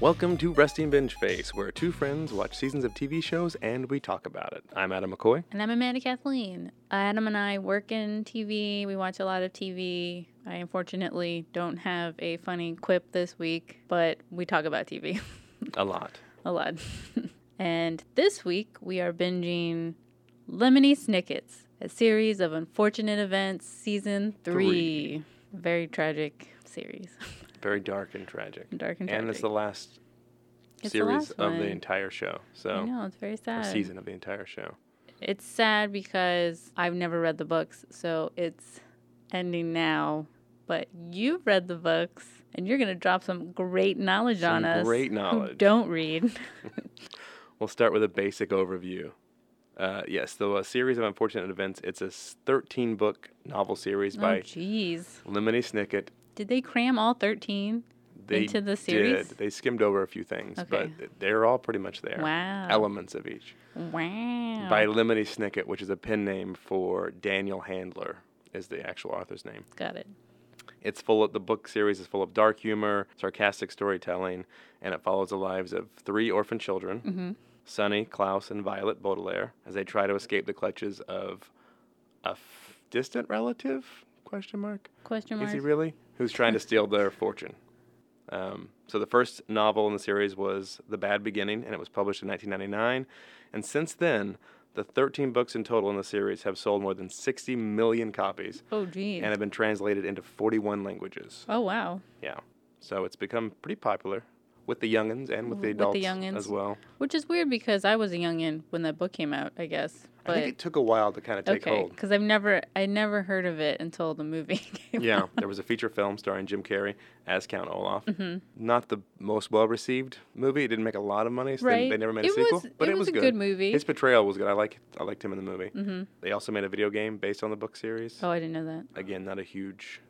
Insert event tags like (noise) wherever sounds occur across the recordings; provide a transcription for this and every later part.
Welcome to Resting Binge Face, where two friends watch seasons of TV shows and we talk about it. I'm Adam McCoy. And I'm Amanda Kathleen. Adam and I work in TV. We watch a lot of TV. I unfortunately don't have a funny quip this week, but we talk about TV A lot. (laughs) a lot. (laughs) and this week we are binging Lemony Snickets, a series of unfortunate events, season three. Very tragic series. (laughs) Very dark and tragic. Dark and tragic. And it's the last It's the series last of one. the entire show. I So, know, it's very or sad. season of the entire show. It's sad because I've never read the books, so it's ending now. But you've read the books, and you're gonna drop some great knowledge on Some us. great (laughs) who knowledge. Don't (laughs) read. We'll start with a basic overview. Uh, yes, the uh, series of unfortunate events. It's a 13 book novel series Oh, by jeez. Lemony Snicket. Did they cram all thirteen? They Into the series? Did. They skimmed over a few things, Okay. but they're all pretty much there. Wow. Elements of each. wow. by Lemony Snicket, which is a pen name for Daniel Handler, is the actual author's name. Got it. It's full of the book series is full of dark humor, sarcastic storytelling, and it follows the lives of three orphan children, Sonny, Klaus, and Violet Baudelaire, as they try to escape the clutches of a f- distant relative? Question mark. Question Is mark. he really? Who's trying to steal their fortune? Um, so the first novel in the series was *The Bad Beginning*, and it was published in 1999. And since then, the 13 books in total in the series have sold more than 60 million copies oh, jeez. and have been translated into 41 languages. oh, wow. Yeah, so it's become pretty popular with the youngins and with the Mm, With adults the youngins. as well. Which is weird because I was a youngin when that book came out. I guess. But I think it took a while to kind of take okay, hold. because I've never, I never heard of it until the movie. (laughs) came Yeah, out. there was a feature film starring Jim Carrey as Count Olaf. Mm-hmm. Not the most well received movie. It didn't make a lot of money. So they- Right. they, never made a It sequel, was- but it it was, was a good. good movie. Mm-hmm. His portrayal was good. I like I liked him in the movie. They also made a video game based on the book series. Oh, I didn't know that. Again, not a huge.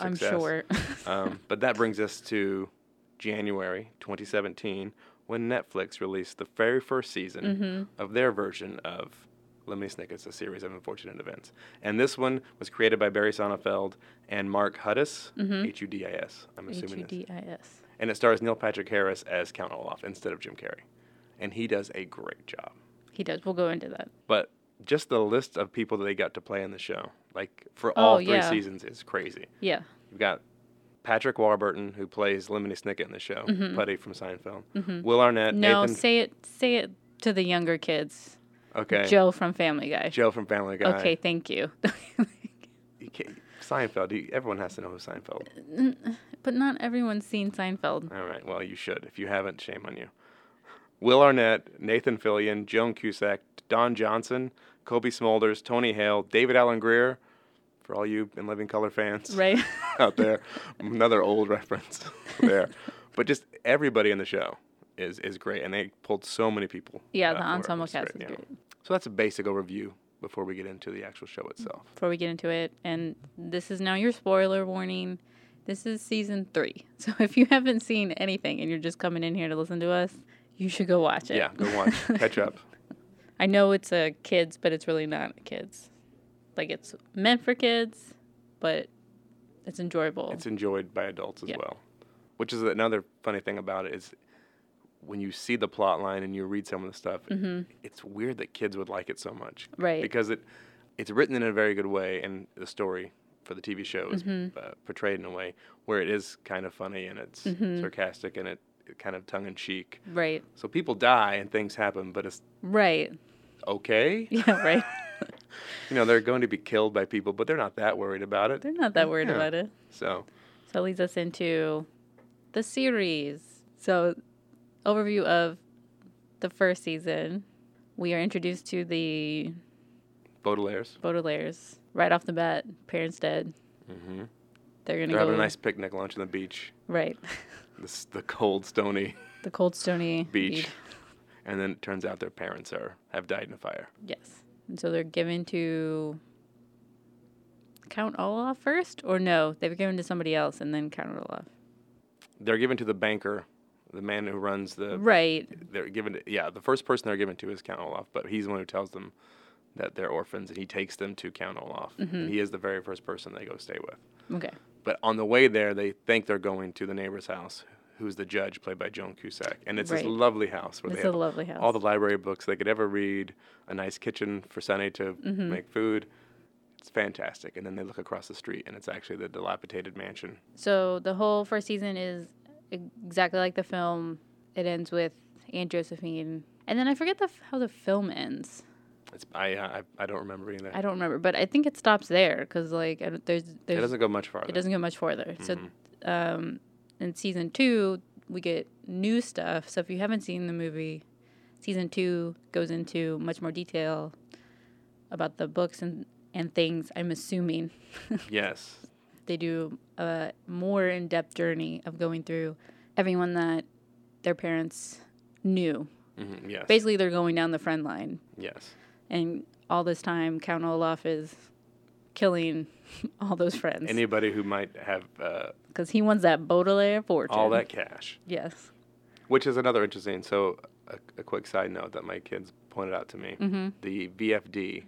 I'm success. sure. (laughs) Um, but that brings us to January 2017 when Netflix released the very first season Mm-hmm. of their version of Lemony Snicket's A Series of Unfortunate Events. And this one was created by Barry Sonnenfeld and Mark Huddis, H-U-D-I-S, I'm Mm-hmm. H assuming U this. D I S. And it stars Neil Patrick Harris as Count Olaf instead of Jim Carrey. And he does a great job. He does. We'll go into that. But just the list of people that they got to play in the show, like for Oh, all three yeah. seasons, is crazy. Yeah. You've got Patrick Warburton, who plays Lemony Snicket in the show, Buddy from Seinfeld. Will Arnett, Mm-hmm. No, Nathan, say it. Say it to the younger kids. okay, Joe. Joe from Family Guy. from Family Guy. Okay, thank you. (laughs) You can't- Seinfeld. You, everyone has to know who Seinfeld. but not everyone's seen Seinfeld. All right, well you should. If you haven't, shame on you. Will Arnett, Nathan Fillion, Joan Cusack, Don Johnson, Kobe Smulders, Tony Hale, David Allen Greer. For all you in Living Color fans, (laughs) Right. (laughs) out there. Another old reference (laughs) there. But just everybody in the show is is great, and they pulled so many people. Yeah, uh, the for it. ensemble It's cast is great. So that's a basic overview before we get into the actual show itself. Before we get into it, and this is now your spoiler warning. This is season three. (laughs) So if you haven't seen anything and you're just coming in here to listen to us, you should go watch it. Yeah, go watch, (laughs) catch up. I know it's a kids, but it's really not kids. Like it's meant for kids, but it's enjoyable. It's enjoyed by adults as Yeah. well, which is another funny thing about it is when you see the plot line and you read some of the stuff, it's weird that kids would like it so much, Mm-hmm. Right. Because it it's written in a very good way, and the story for the TV show is Mm-hmm. uh, portrayed in a way where it is kind of funny and it's Mm-hmm. sarcastic and it, it kind of tongue in cheek. right. So people die and things happen, but it's Right. (laughs) okay. Yeah, (laughs) right. you know, they're going to be killed by people, but they're not that worried about it. They're not that worried Yeah. about it. So So that leads us into the series. So overview of the first season. We are introduced to the Baudelaire's. Baudelaires right off the bat. Parents dead. They're gonna Mm-hmm. They're go having a nice picnic lunch on the beach. right. (laughs) This the cold, stony the cold stony beach. bead. And then it turns out their parents are have died in a fire. Yes. And so they're given to Count Olaf first, or no, they were given to somebody else and then Count Olaf. They're given to the banker, the man who runs the. Right. They're given to, yeah, the first person they're given to is Count Olaf, but he's the one who tells them that they're orphans, and he takes them to Count Olaf. And he is the very first person they go stay with. Okay. But on the way there, they think they're going to the neighbor's house, who's the judge, played by Joan Cusack. And it's Right. this lovely house where It's they a have lovely house. all the library books they could ever read, a nice kitchen for Sunny to Mm-hmm. make food. It's fantastic. And then they look across the street, and it's actually the dilapidated mansion. so the whole first season is exactly like the film. It ends with Aunt Josephine, and then I forget the, f- how the film ends. It's I uh, I, I don't remember either. I don't remember, but I think it stops there because like I don't, there's there's it doesn't go much farther. it doesn't go much further. Mm-hmm. So, um, in season two, we get new stuff. So if you haven't seen the movie, season two goes into much more detail about the books and and things. I'm assuming (laughs) Yes. they do a more in depth journey of going through everyone that their parents knew. hmm Yes. Basically, they're going down the friend line, yes. and all this time, Count Olaf is killing (laughs) all those friends Anybody who might have uh, because he wants that Baudelaire fortune. all that cash. Yes. Which is another interesting. So, a, a quick side note that my kids pointed out to me: Mm-hmm. the VFD,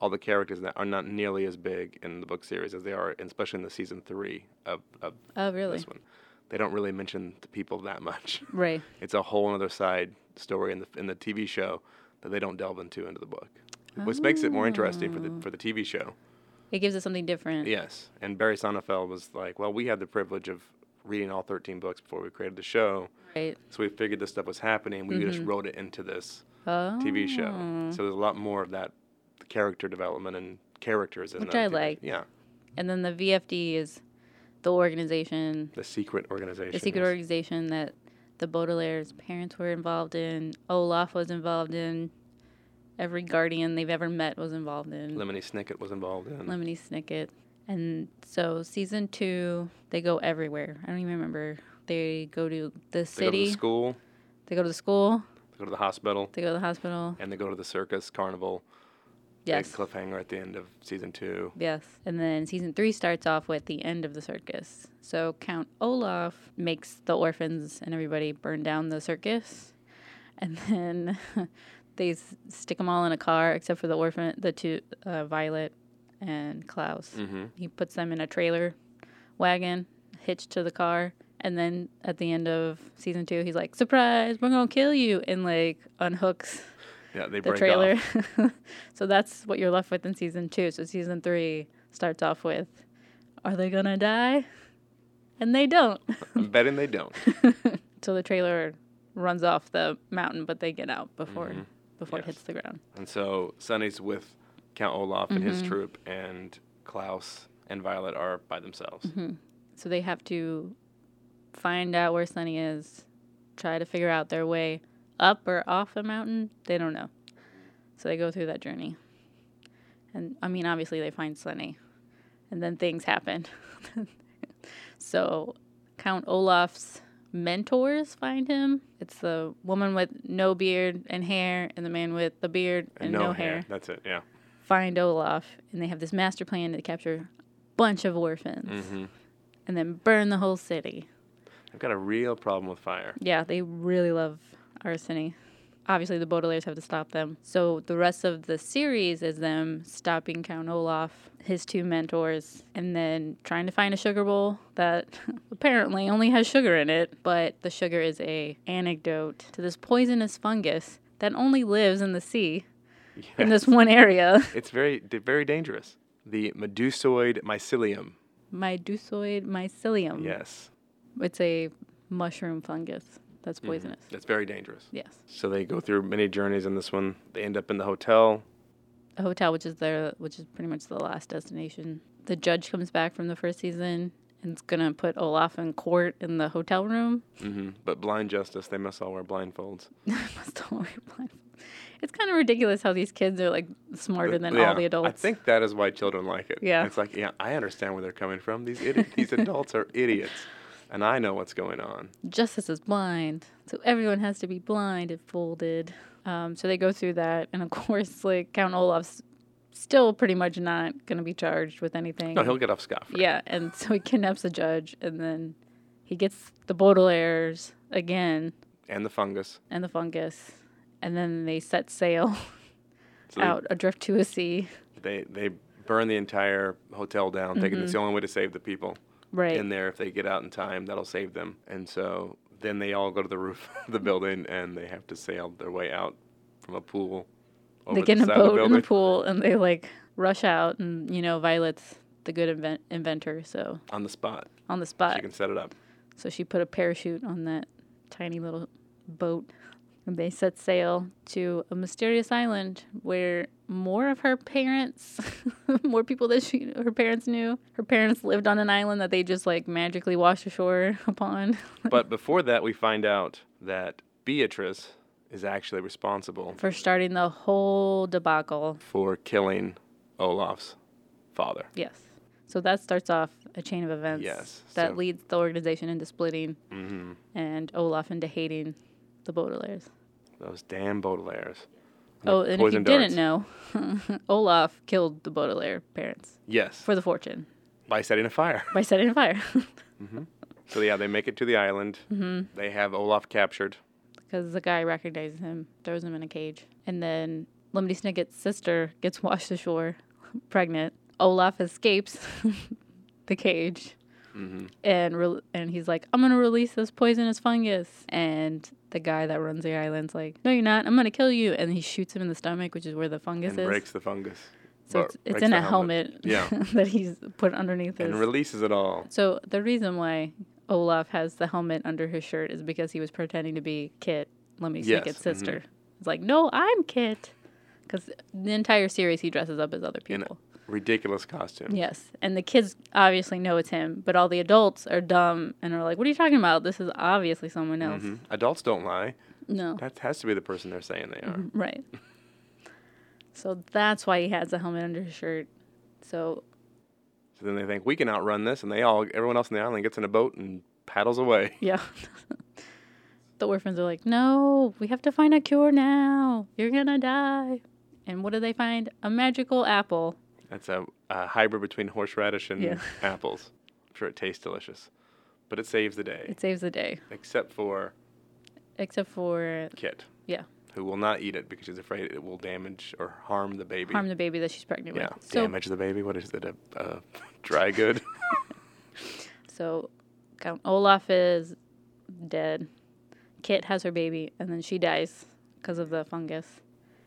all the characters that are not nearly as big in the book series as they are, in- especially in the season three of, of Oh, really? this one. They don't really mention the people that much. (laughs) Right. It's a whole other side story in the in the TV show that they don't delve into into the book, which makes it more interesting for the for the TV show. It gives us something different. Yes, and Barry Sonnenfeld was like, "Well, we had the privilege of reading all 13 books before we created the show." Right. So we figured this stuff was happening. We just Mm-hmm. wrote it into this Oh. TV show. So there's a lot more of that character development and characters in Which that I TV liked. Yeah, And then the VFD is the organization, the secret organization. the secret yes. organization that the Baudelaire's parents were involved in, Olaf was involved in, every guardian they've ever met was involved in, Lemony Snicket was involved in. Lemony Snicket. And so season two, they go everywhere. I don't even remember. They go to the they go to city, the school. they go to the school, They go to the hospital. they go to the hospital. And they go to the circus carnival. Yes. Big cliffhanger at the end of season two. Yes. And then season three starts off with the end of the circus. So Count Olaf makes the orphans and everybody burn down the circus. And (laughs) then they s- stick them all in a car except for the orphan, the two, uh, Violet and Klaus. Mm-hmm. He puts them in a trailer wagon hitched to the car. And then at the end of season two, he's like, surprise, we're going to kill you. And like unhooks Yeah, they the break trailer. off. (laughs) so that's what you're left with in season two. So season three starts off with, are they gonna die? And they don't. I'm betting they (laughs) don't. so the trailer runs off the mountain, but they get out before before it Mm-hmm. Yes. hits the ground. And so Sonny's with Count Olaf and Mm-hmm. his troop, and Klaus and Violet are by themselves. So they have to find out where Sunny is, try to figure out their way up or off a mountain. They don't know. So they go through that journey. And I mean, obviously, they find Sunny. And then things happen. (laughs) so Count Olaf's mentors find him. It's the woman with no beard and hair, and the man with the beard and, no, hair That's it. Yeah. find Olaf, and they have this master plan to capture a bunch of orphans and then burn the whole city. I've got a real problem with fire. Yeah, they really love Arseny. Obviously, the Baudelaires have to stop them. So the rest of the series is them stopping Count Olaf, his two mentors, and then trying to find a sugar bowl that (laughs) apparently only has sugar in it. But the sugar is a antidote to this poisonous fungus that only lives in the sea (laughs) in this one area. (laughs) It's very, d- very dangerous. The medusoid mycelium. Mm-hmm. Medusoid mycelium. Yes, It's a mushroom fungus that's poisonous. that's very dangerous. Yes. So they go through many journeys in this one. They end up in the hotel. A hotel, which is their, which is pretty much the last destination. The judge comes back from the first season and is gonna put Olaf in court in the hotel room. (laughs) hmm But blind justice, they must all wear blindfolds. Must don't wear blindfold. It's kind of ridiculous how these kids are like smarter than Yeah, all the adults. I think that is why children like it. Yeah. It's like, yeah, I understand where they're coming from. These idi- these adults are idiots, and I know what's going on. justice is blind, so everyone has to be blind and folded. Um, so they go through that, and of (laughs) course, like Count Olaf's still pretty much not gonna be charged with anything. No, he'll get off scot-free. Yeah, and so he kidnaps the judge, and then he gets the Baudelaires again And the fungus. and the fungus, and then they set sail (laughs) So they- out adrift to a sea. They they burn the entire hotel down, thinking it's the only way to save the people. Mm-hmm. Right. in there if they get out in time. That'll save them. And so then they all go to the roof (laughs) of the building and they have to sail their way out from a pool. they get the in a side of boat in the building. pool and they like rush out and you know Violet's the good invent- inventor so on the spot. on the so spot you can set it up. so she put a parachute on that tiny little boat and they set sail to a mysterious island where more of her parents (laughs) more people that she her parents knew her parents lived on an island that they just like magically washed ashore (laughs) upon But before that, we find out that Beatrice is actually responsible for starting the whole debacle for killing Olaf's father. Yes. So that starts off a chain of events Yes, that so- leads the organization into splitting hmm and Olaf into hating the Baudelaires. Those damn Baudelaires. Oh, and if you poison didn't darts. know, (laughs) Olaf killed the Baudelaire parents Yes, for the fortune by setting a fire. (laughs) by setting a fire (laughs) So yeah, they make it to the island. Mm-hmm. They have Olaf captured. because the guy recognizes him, throws him in a cage. And then Lemony Snicket's sister gets (laughs) washed ashore, pregnant. Olaf escapes (laughs) the cage. Mm-hmm. and re- and he's like, I'm gonna release this poisonous fungus. And the guy that runs the island's like, No, you're not. I'm gonna kill you. And he shoots him in the stomach, which is where the fungus and is. breaks the fungus. so Or it's, it's breaks in the a helmet, Yeah. (laughs) that he's put underneath his. and releases it all. so the reason why Olaf has the helmet under his shirt is because he was pretending to be Kit, Lemony Yes, Snicket's mhm. sister. He's like, No, I'm Kit. Because the entire series, he dresses up as other In people. ridiculous costume. Yes. And the kids obviously know it's him, but all the adults are dumb and are like, what are you talking about? This is obviously someone else. Mhm. Adults don't lie. No. That has to be the person they're saying they are. (laughs) Right. So that's why he has a helmet under his shirt. So, So then they think we can outrun this, and they all, everyone else in the island, gets in a boat and paddles away. yeah. (laughs) the orphans are like, no, we have to find a cure now. You're going to die. And what do they find? A magical apple. That's a, a hybrid between horseradish and Yeah. (laughs) apples. I'm sure it tastes delicious, but it saves the day, It saves the day, except for except for Kit. Yeah. Who will not eat it because she's afraid it will damage or harm the baby. harm the baby that she's pregnant yeah, with. So damage the baby. What is it? A, a (laughs) dry (laughs) good? So Count Olaf is dead. Kit has her baby, and then she dies because of the fungus.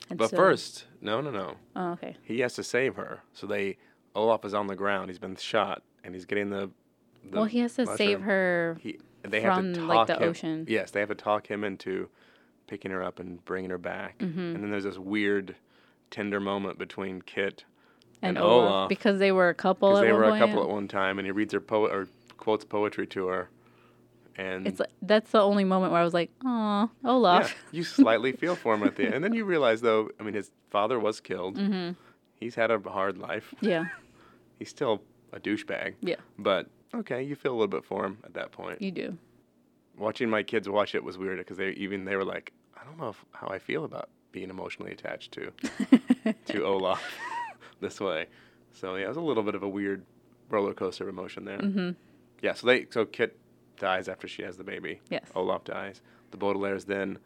And but so- first, no, no, no. oh, okay, He has to save her. So they, Olaf is on the ground. He's been shot, and he's getting the. the well, he has to save mushroom. her. He, they from, have to talk like, the him, ocean. Yes, they have to talk him into picking her up and bringing her back. Mm-hmm. And then there's this weird, tender moment between Kit And, and Olaf, Olaf. because they were a couple. because At they one were a point. couple at one time, and he reads her po- or quotes poetry to her, and It's like, that's the only moment where I was like, "Aw, Olaf." Yeah, you (laughs) slightly feel for him at the end. And then you realize, though, I mean, his father was killed. Mm-hmm. He's had a hard life. (laughs) Yeah. He's still a douchebag. yeah, But okay, you feel a little bit for him at that point. you do. Watching my kids watch it was weird because they even they were like, I don't know if, how I feel about being emotionally attached (laughs) to to Olaf (laughs) this way. So yeah, it was a little bit of a weird roller coaster of emotion there. Mm-hmm. Yeah. So they so Kit dies after she has the baby. Yes. Olaf dies. The Baudelaires then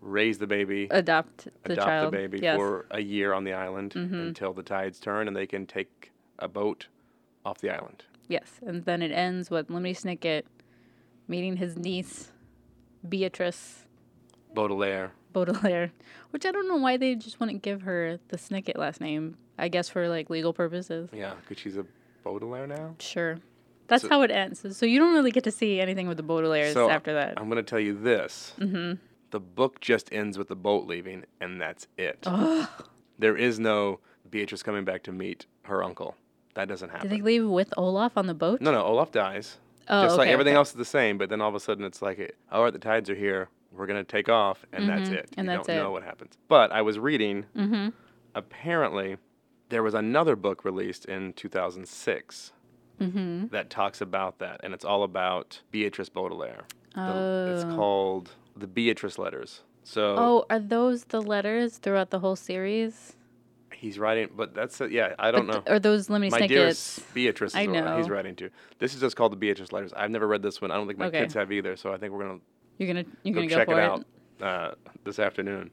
raise the baby Adopt Uh, the adopt child. the baby yes. Mm-hmm. for a year on the island until the tides turn and they can take a boat off the island. Yes, and then it ends with Lemony Snicket meeting his niece, Beatrice. Baudelaire. Baudelaire, which I don't know why they just wouldn't give her the Snicket last name. I guess for like legal purposes. Yeah, because she's a Baudelaire now. Sure. That's So- how it ends. So you don't really get to see anything with the Baudelaires So, uh, after that. I'm going to tell you this. Mm-hmm. The book just ends with the boat leaving, and that's it. There is no Beatrice coming back to meet her uncle. That doesn't Did happen. they leave with Olaf on the boat? no, no, Olaf dies. Oh, just like okay, everything okay. else is the same, but then all of a sudden it's like, all right, the tides are here. We're going to take off, and that's it. Mm-hmm. and you that's don't it. know what happens. But I was reading Mm-hmm. apparently there was another book released in 2006 Mm-hmm. that talks about that and it's all about beatrice baudelaire The- it's Oh. called the beatrice letters so Oh, are those the letters throughout the whole series? he's writing but that's it yeah i don't But know th- Are those Lemony my Snickets? dearest beatrice is I what he's know. writing to this is just called the beatrice letters i've never read this one i don't think my Okay. kids have either so i think we're going to You're gonna you're go gonna go check for it out uh, this afternoon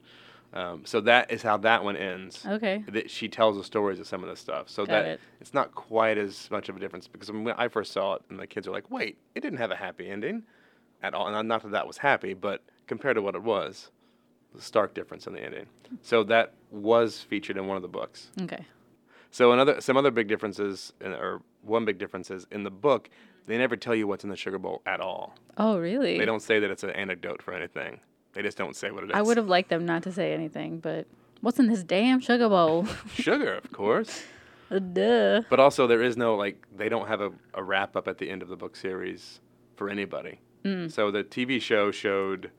Um, so that is how that one ends. Okay. That she tells the stories of some of the stuff. So Oh. Got that it. it's not quite as much of a difference because when I first saw it and the kids are like, "Wait, it didn't have a happy ending at all." And not that that was happy, but compared to what it was, a stark difference in the ending. So that was featured in one of the books. Okay. So another some other big differences, in, or one big difference is in the book, they never tell you what's in the sugar bowl at all. Oh, really? They don't say that it's an anecdote for anything. They just don't say what it is. (laughs) I would have liked them not to say anything, but what's in this damn sugar bowl? (laughs) Uh, sugar, of course. Duh. But also, there is no like they don't have a, a wrap up at the end of the book series for anybody. Mm. So the TV show showed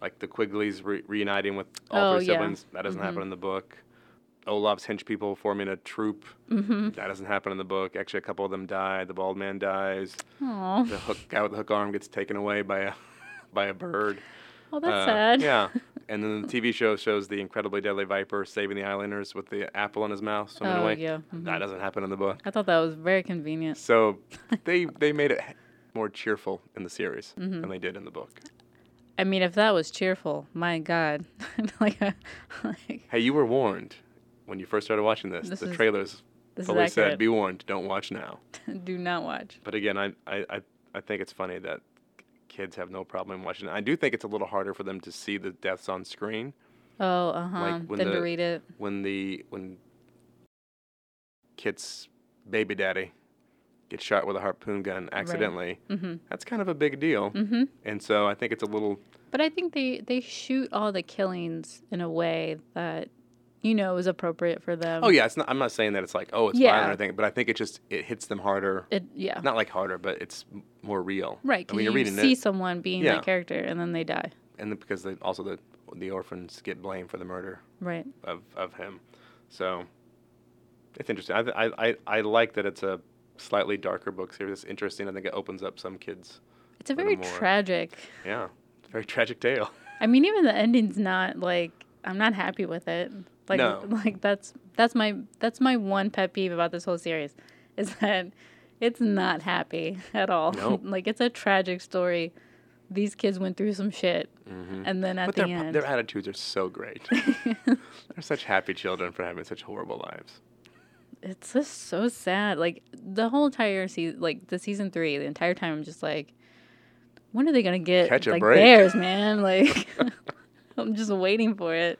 like the Quigleys re- reuniting with all Oh, three yeah. Mm-hmm. siblings. That doesn't happen in the book. Olaf's hench people forming a troop. Mm-hmm. That doesn't happen in the book. Actually, a couple of them die. The bald man dies. Aw. The hook guy with the hook arm gets taken away by a (laughs) by a bird. Oh, that's Uh, sad. (laughs) Yeah. And then the TV show shows the incredibly deadly viper saving the islanders with the apple on his mouth swimming Oh, away. yeah. That doesn't happen in the book. I thought that was very convenient. (laughs) So they they made it more cheerful in the series Mm-hmm. than they did in the book. I mean, if that was cheerful, my God. (laughs) like, uh, like, Hey, you were warned when you first started watching this. This the is- trailers this is fully accurate. said, "Be warned, don't watch now." (laughs) do not watch. But again, I I I, I think it's funny that kids have no problem watching it. I do think it's a little harder for them to see the deaths on screen Oh, uh huh. Like, when then to the- read it. when the when Kit's baby daddy gets shot with a harpoon gun accidentally. Mm-hmm. That's kind of a big deal. Mm-hmm. And so I think it's a little But I think they, they shoot all the killings in a way that, you know, is appropriate for them. Oh yeah, it's not. I'm not saying that it's like oh it's Um, Yeah. violent or anything, but I think it just it hits them harder. It, yeah. Not like harder, but it's m- more real. I Right, because mean, you're you reading see it, someone being Yeah. that character and then they die. and the, because they, also the the orphans get blamed for the murder Right. of, of him, so it's interesting. I, th- I I I like that it's a slightly darker book series. It's interesting. I think it opens up some kids. It's a Little very more. tragic. Yeah, it's a very tragic tale. I mean, even the ending's not like I'm not happy with it. Like, No. (laughs) like that's that's my that's my one pet peeve about this whole series, (laughs) is that it's not happy at all. Nope. (laughs) like it's a tragic story. These kids went through some shit, and then at Mm-hmm. But the their end, their attitudes are so great. (laughs) They're such happy children for having such horrible lives. it's just so sad. Like the whole entire season, like the season three, the entire time, I'm just like, when are they gonna get Catch a like break. (laughs) theirs, man? Like, (laughs) I'm just waiting for it,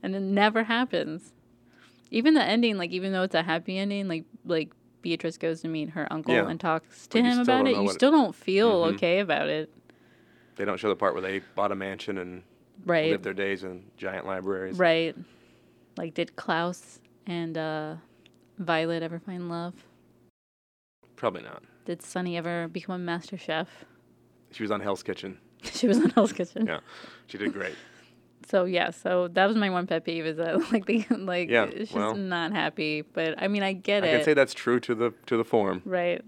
and it never happens. Even the ending, like even though it's a happy ending, like like Beatrice goes to meet her uncle Yeah. and talks But to you him still about don't it. know You what it- Mm-hmm. still don't feel okay about it, They don't show the part where they bought a mansion and right? lived their days in giant libraries. Right. Like, did Klaus and uh, Violet ever find love? Probably not. Did Sunny ever become a master chef? She was on Hell's Kitchen. (laughs) she was on Hell's Kitchen. Yeah, she did (laughs) great. So yeah, so that was my one pet peeve is that (laughs) like the like Yeah, she's well. not happy. But I mean, I get I it, can say that's true to the to the form. right?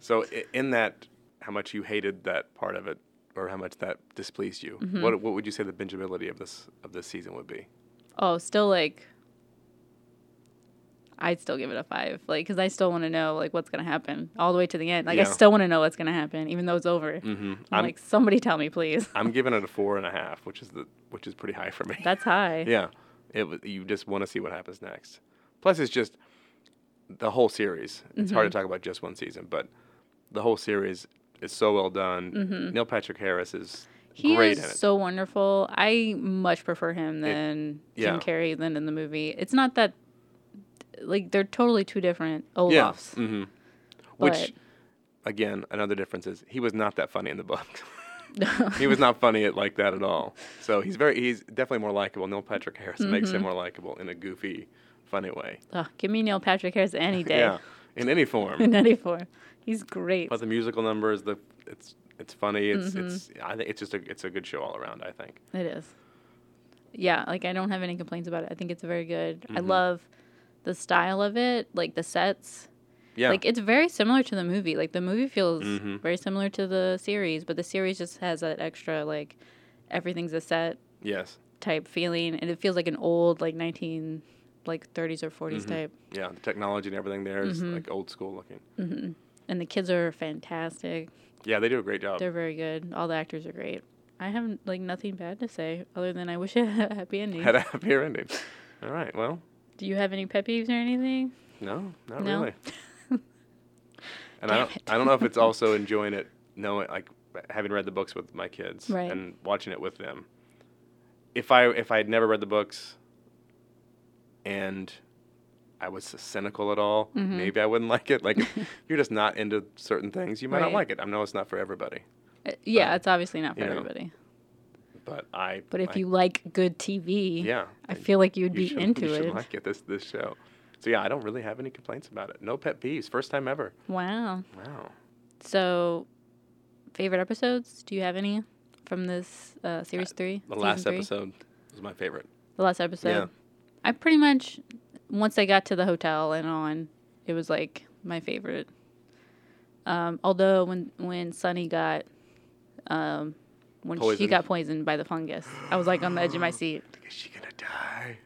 So i- in that, how much you hated that part of it, or how much that displeased you. Mm-hmm. What what would you say the bingeability of this of this season would be? Oh, still like I'd still give it a five, like because I still want to know like what's gonna happen all the way to the end. Like I Yeah. still want to know what's gonna happen, even though it's over. Mm-hmm. I'm I'm like, somebody tell (laughs) me, please. (laughs) I'm giving it a four and a half, which is the which is pretty high for me. That's high. (laughs) yeah, it wa- you just want to see what happens next. Plus, it's just the whole series. It's hard to Mm-hmm. talk about just one season, but the whole series is so well done. Neil Patrick Harris is Mm-hmm. He great is in it. so wonderful. I much prefer him than yeah. Jim Carrey than in the movie. It's not that like they're totally two different Olafs. Yeah. hmm But- Which, again, another difference is he was not that funny in the book. (laughs) he was not funny at like that at all. So he's very he's definitely more likable. Neil Patrick Harris makes Mm-hmm. him more likable in a goofy, funny way. (laughs) Ugh, give me Neil Patrick Harris (laughs) any day. Yeah, in any (laughs) In (laughs) form. 94. He's great. but the musical numbers, the it's it's funny. It's it's I think it's just a it's a good show all around. I think. It is. Yeah, like I don't have any complaints about it. I think it's very good. I Mm-hmm. love the style of it, like the sets. Yeah. Like it's very similar to the movie. Like the movie feels Mhm. very similar to the series, but the series just has that extra like everything's a set yes. type feeling and it feels like an old like 19 like 30s or 40s Mm-hmm. type. Yeah. The technology and everything there is, like old school looking. Mm-hmm. And the kids are fantastic. Yeah, they do a great job. (laughs) They're very good. All the actors are great. I have like nothing bad to say other than I wish (laughs) it had a happy ending. Had a happier ending. All right. Well, Do you have any pet peeves or anything? no, not No. (laughs) really. And I Damn don't, it. I don't know if it's (laughs) also enjoying it, knowing like having read the books with my kids Right. and watching it with them. If I if I had never read the books, and I was cynical at all, Mhm. maybe I wouldn't (laughs) like it. Like (laughs) if you're just not into certain things, you might Right. not like it. I know it's not for everybody, Uh, yeah, But, it's obviously not for you know, everybody. but I. But if I- you like good TV, yeah, I feel like you'd you be should- (laughs) you into should it. like it this this show. So yeah, I don't really have any complaints about it. No pet peeves. First time ever. Wow. Wow. So, favorite episodes? Do you have any from this uh, series three? The season last three? episode was my favorite. The last episode. Yeah. I pretty much once I got to the hotel and on, it was like my favorite. Um, although when when Sunny got, um, when she Poisoned. got poisoned by the fungus, I was like on the (gasps) edge of my seat. (laughs) Is she gonna die?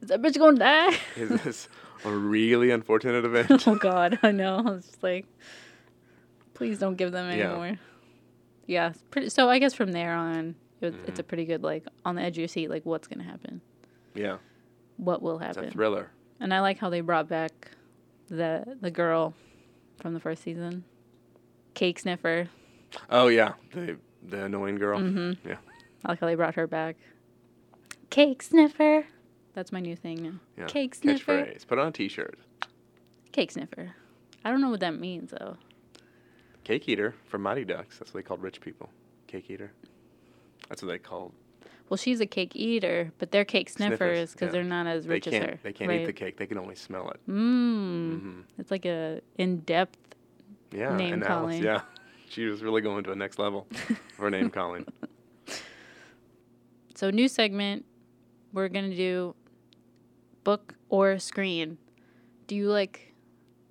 Is that bitch gonna die? Is this a really unfortunate event? (laughs) oh God, I know. I was just like, please don't give them Yeah. anymore. Yeah, it's pretty. So I guess from there on, it was, it's a Mm-hmm. pretty good like on the edge of your seat, like what's gonna happen, yeah, what will it's a happen, thriller. and I like how they brought back the the girl from the first season, Cake Sniffer. Oh yeah, the the annoying girl. Mm-hmm. Yeah, I like how they brought her back. Cake Sniffer. That's my new thing now. yeah. Cake Sniffer. Catchphrase. Put on a T-shirt. Cake Sniffer. I don't know what that means though. Cake eater from Mighty Ducks. That's what they called rich people. Cake eater. That's what they called. Well, she's a cake eater, but they're cake Sniffers, sniffers because yeah. they're not as They rich as can't. her. They can't eat the cake. They can only smell it. the. Mmm. hmm It's like a in-depth. Yeah. Name and Alice, calling. Yeah. (laughs) She was really going to a next level for (laughs) name calling. So new segment, we're gonna do book or screen. Do you like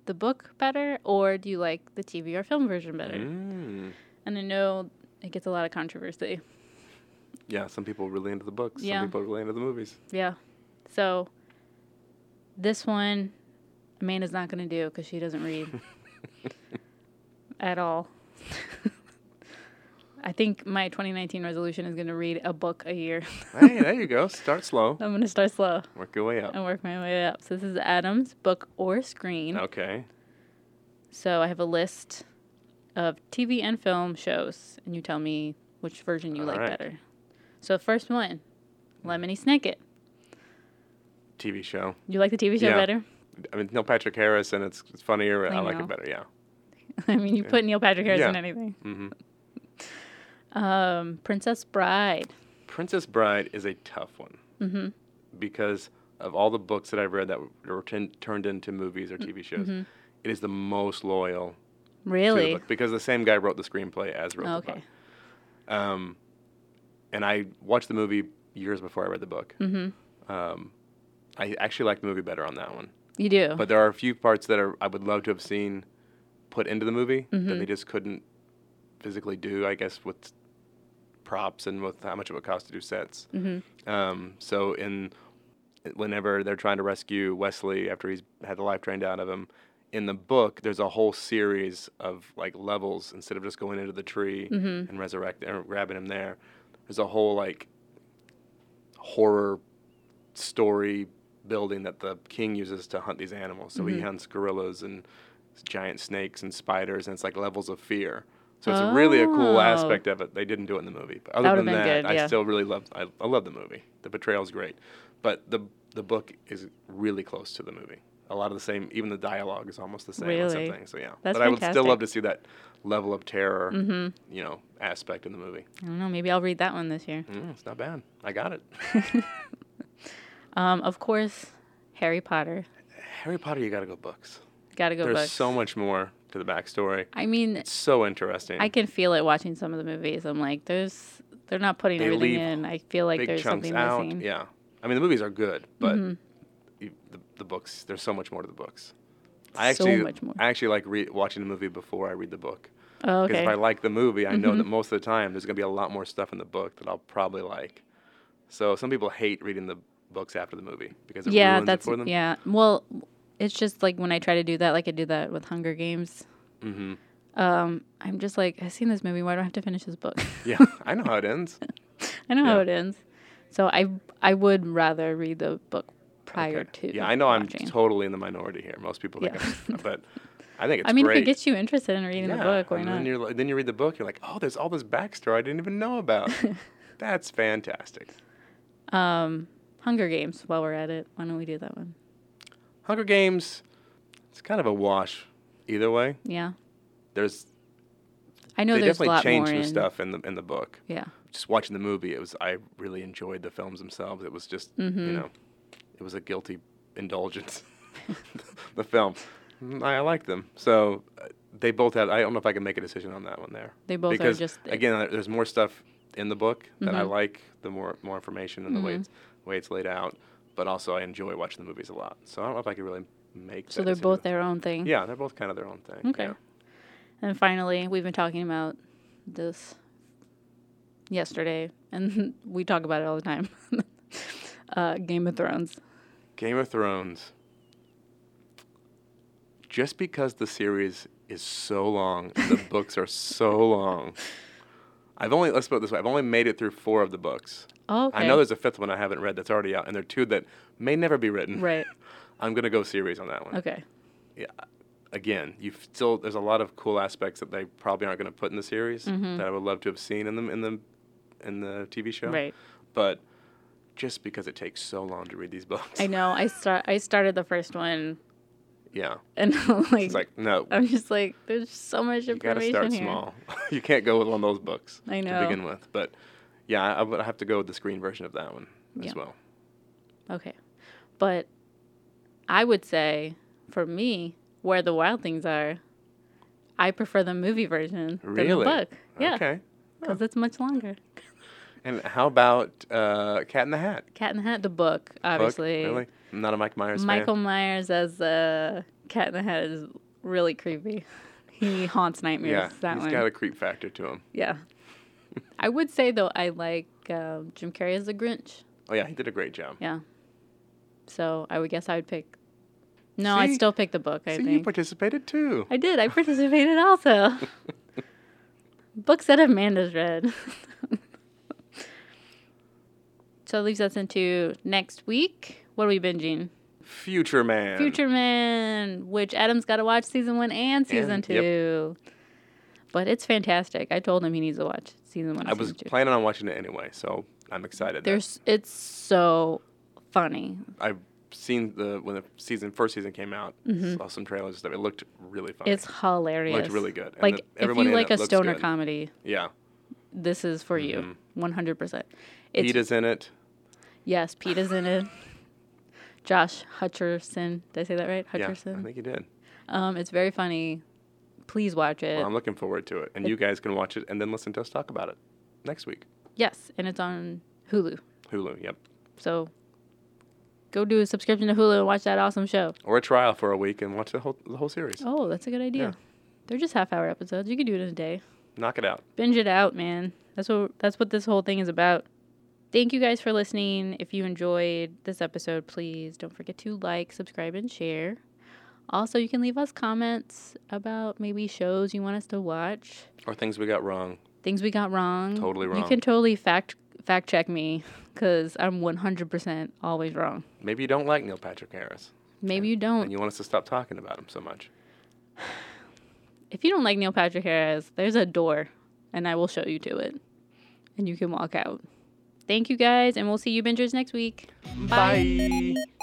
the book better or do you like the TV or film version better? Mm. And I know it gets a lot of controversy. Yeah. Some people are really into the books. Yeah. Some people are really into the movies. Yeah. So this one, Amanda's not gonna do because she doesn't read at all. (laughs) I think my 2019 resolution is gonna read a book a year. (laughs) hey, there you go. (laughs) Start slow. I'm gonna start slow. Work your way up. and work my way up. So this is Adam's book or screen. Okay. So I have a list of TV and film shows, and you tell me which version you All like right. better. So first one, Lemony Snicket. TV show. You like the TV show Yeah. better? (laughs) I mean, Neil Patrick Harris, and it's, it's funnier. I I, like know. it better. Yeah. I mean, you put Neil Patrick Harris in Yeah. anything. hmm Um, Princess Bride. Princess Bride is a tough one Mhm. because of all the books that I've read that were turn turned into movies Mm, or TV shows. it is the most loyal. to the mm-hmm. Really? Oh, book because the same guy wrote the screenplay as wrote the Okay. book. Um, and I watched the movie years before I read the book. Mhm. Um, I actually like the movie better on that one. You do. But there are a few parts that are I would love to have seen put into the movie that they just couldn't physically do, I guess, with props and with how much it would cost to do sets. Mm-hmm. Um, so in whenever they're trying to rescue Wesley after he's had the life drained out of him, in the book there's a whole series of like levels instead of just going into the tree Mm-hmm. and resurrect or grabbing him there. There's a whole like horror story building that the king uses to hunt these animals. So Mm-hmm. he hunts gorillas and s- giant snakes and spiders, and it's like levels of fear. So it's really a Oh. cool aspect of it. They didn't do it in the movie, but other would've than been that, good, I yeah. still really love. I, I love the movie. The betrayal is great, but the the book is really close to the movie. A lot of the same. Even the dialogue is almost the same. on some Really? things. So yeah, That's but I would still fantastic. Mm-hmm. love to see that level of terror, you know, aspect in the movie. I don't know. Maybe I'll read that one this year. Mm, it's not bad. I got it. Um, of course, Harry Potter. Harry Potter, you got to go books. Gotta go. There's books. so much more to the backstory. I mean, It's so interesting. I can feel it watching some of the movies. I'm like, there's they're not putting They everything leave in. I feel like Big there's chunks something out. missing. Mm-hmm. Yeah, I mean the movies are good, but you, the, the books. There's so much more to the books. I So actually, much more. I actually like re- watching the movie before I read the book Oh, because okay. Mm-hmm. if I like the movie, I know that most of the time there's gonna be a lot more stuff in the book that I'll probably like. So some people hate reading the books after the movie because it yeah, ruins that's it for them. yeah. Well, it's just like when I try to do that, like I do that with Hunger Games. (laughs) Mm-hmm. um, I'm just like, I've seen this movie. Why do I have to finish this book? (laughs) Yeah, I know how it ends. (laughs) I know how Yeah. it ends. So I I would rather read the book prior Okay. to. Yeah, I know I'm watching. totally in the minority here. Most people think Yeah. I'm, (laughs) but I (laughs) think it's I mean, great. if it gets you interested in reading the book, why and not? Then, you're, li- then you read the book, you're like, oh, there's all this backstory I didn't even know (laughs) about. That's fantastic. Um, Hunger Games. While we're at it, why don't we do that one? Hunger Games, it's kind of a wash either way. Yeah, There's I know they there's a definitely lot changed some more in- stuff in the in the book. Yeah, Just watching the movie, it was I really enjoyed the films themselves. It was just you Mhm. know, it was a guilty indulgence. (laughs) the film, Mm, I, I liked them. So uh, they both had. I don't know if I can make a decision on that one there. they both because are just. eh, again, there- there's more stuff in the book that I Mhm. like. The more more information and the way Mhm. it's way it's laid out. But also, I enjoy watching the movies a lot. So I don't know if I could really make. so that they're decision. both their own thing. Yeah, they're both kind of their own thing. Okay. yeah. And finally, we've been talking about this yesterday, and (laughs) we talk about it all the time. (laughs) uh, Game of Thrones. Game of Thrones. Just because the series is so long, and (laughs) the books are so long. I've only let's put it this way. I've only made it through four of the books. Oh, okay. I know there's a fifth one I haven't read that's already out, and there are two that may never be written. (laughs) Right. I'm gonna go series on that one. Okay. Again, you have still there's a lot of cool aspects that they probably aren't gonna put in the series Mhm. that I would love to have seen in them in the in the TV show. Right. But just because it takes so long to read these books, I know. I start. I started the first one, yeah, and (laughs) like, it's like no, I'm just like, there's so much you gotta information start here. small. (laughs) you can't go with one of those books I to know. begin with. But yeah, I I would have to go with the screen version of that one Yeah. as well. Okay, but I would say for me, where the wild things are, I prefer the movie version than the Really? book. Yeah, Okay. because it's much longer. And how about uh, Cat in the Hat? Cat in the Hat, the book, Book? obviously. Really? I'm not a Mike Myers Michael Myers as uh, Cat in the Hat is really creepy. (laughs) He haunts fan. Yeah. nightmares. he's that one. got a creep factor to him. Yeah. (laughs) I would say though I like um, Jim Carrey as the Grinch. Oh yeah, he did a great job. Yeah. So I would guess I would pick. No, I See? still pick the book. I so you think participated too. I did. I participated also. Books that Amanda's read. so it leaves us into next week. What are we binging? Future Man. Future Man, which Adam's got to watch season one and season And- yep. two. But it's fantastic. I told him he needs to watch season one. And I was season two. planning on watching it anyway, so I'm excited. that- Oh, There's it's so funny. I've seen the when the season first season came out, saw some trailers and stuff. It looked really fun. Mm-hmm. It's hilarious. Looked really good. And the- Like if everyone you in like it a looks stoner good. Mm-hmm. comedy, yeah. this is for you. One hundred percent. It's Peeta's in it. yes, Peter's in it. Josh Hutcherson. Did I say that right? Yeah, I Hutcherson. think you did. um, it's very funny. Please watch it. Well, I'm looking forward to it. And you guys can watch it and then listen to us talk about it next week. yes, and it's on Hulu. Hulu, yep. So go do a subscription to Hulu and watch that awesome show. Or a trial for a week and watch the whole, the whole series. Oh, that's a good idea. Yeah. They're just half hour episodes. You could do it in a day. Knock it out. binge it out, man. That's what that's what this whole thing is about. Thank you guys for listening. If you enjoyed this episode, please don't forget to like, subscribe, and share. Also, you can leave us comments about maybe shows you want us to watch, Or things we got wrong. things we got wrong. Totally You wrong. can totally fact fact check me cuz I'm 100% always wrong. Maybe you don't like Neil Patrick Harris Maybe you don't. and you want us to stop talking about him so much. if you don't like Neil Patrick Harris, there's a door and I will show you to it and you can walk out. Thank you guys and we'll see you bingers next week. Bye. Bye.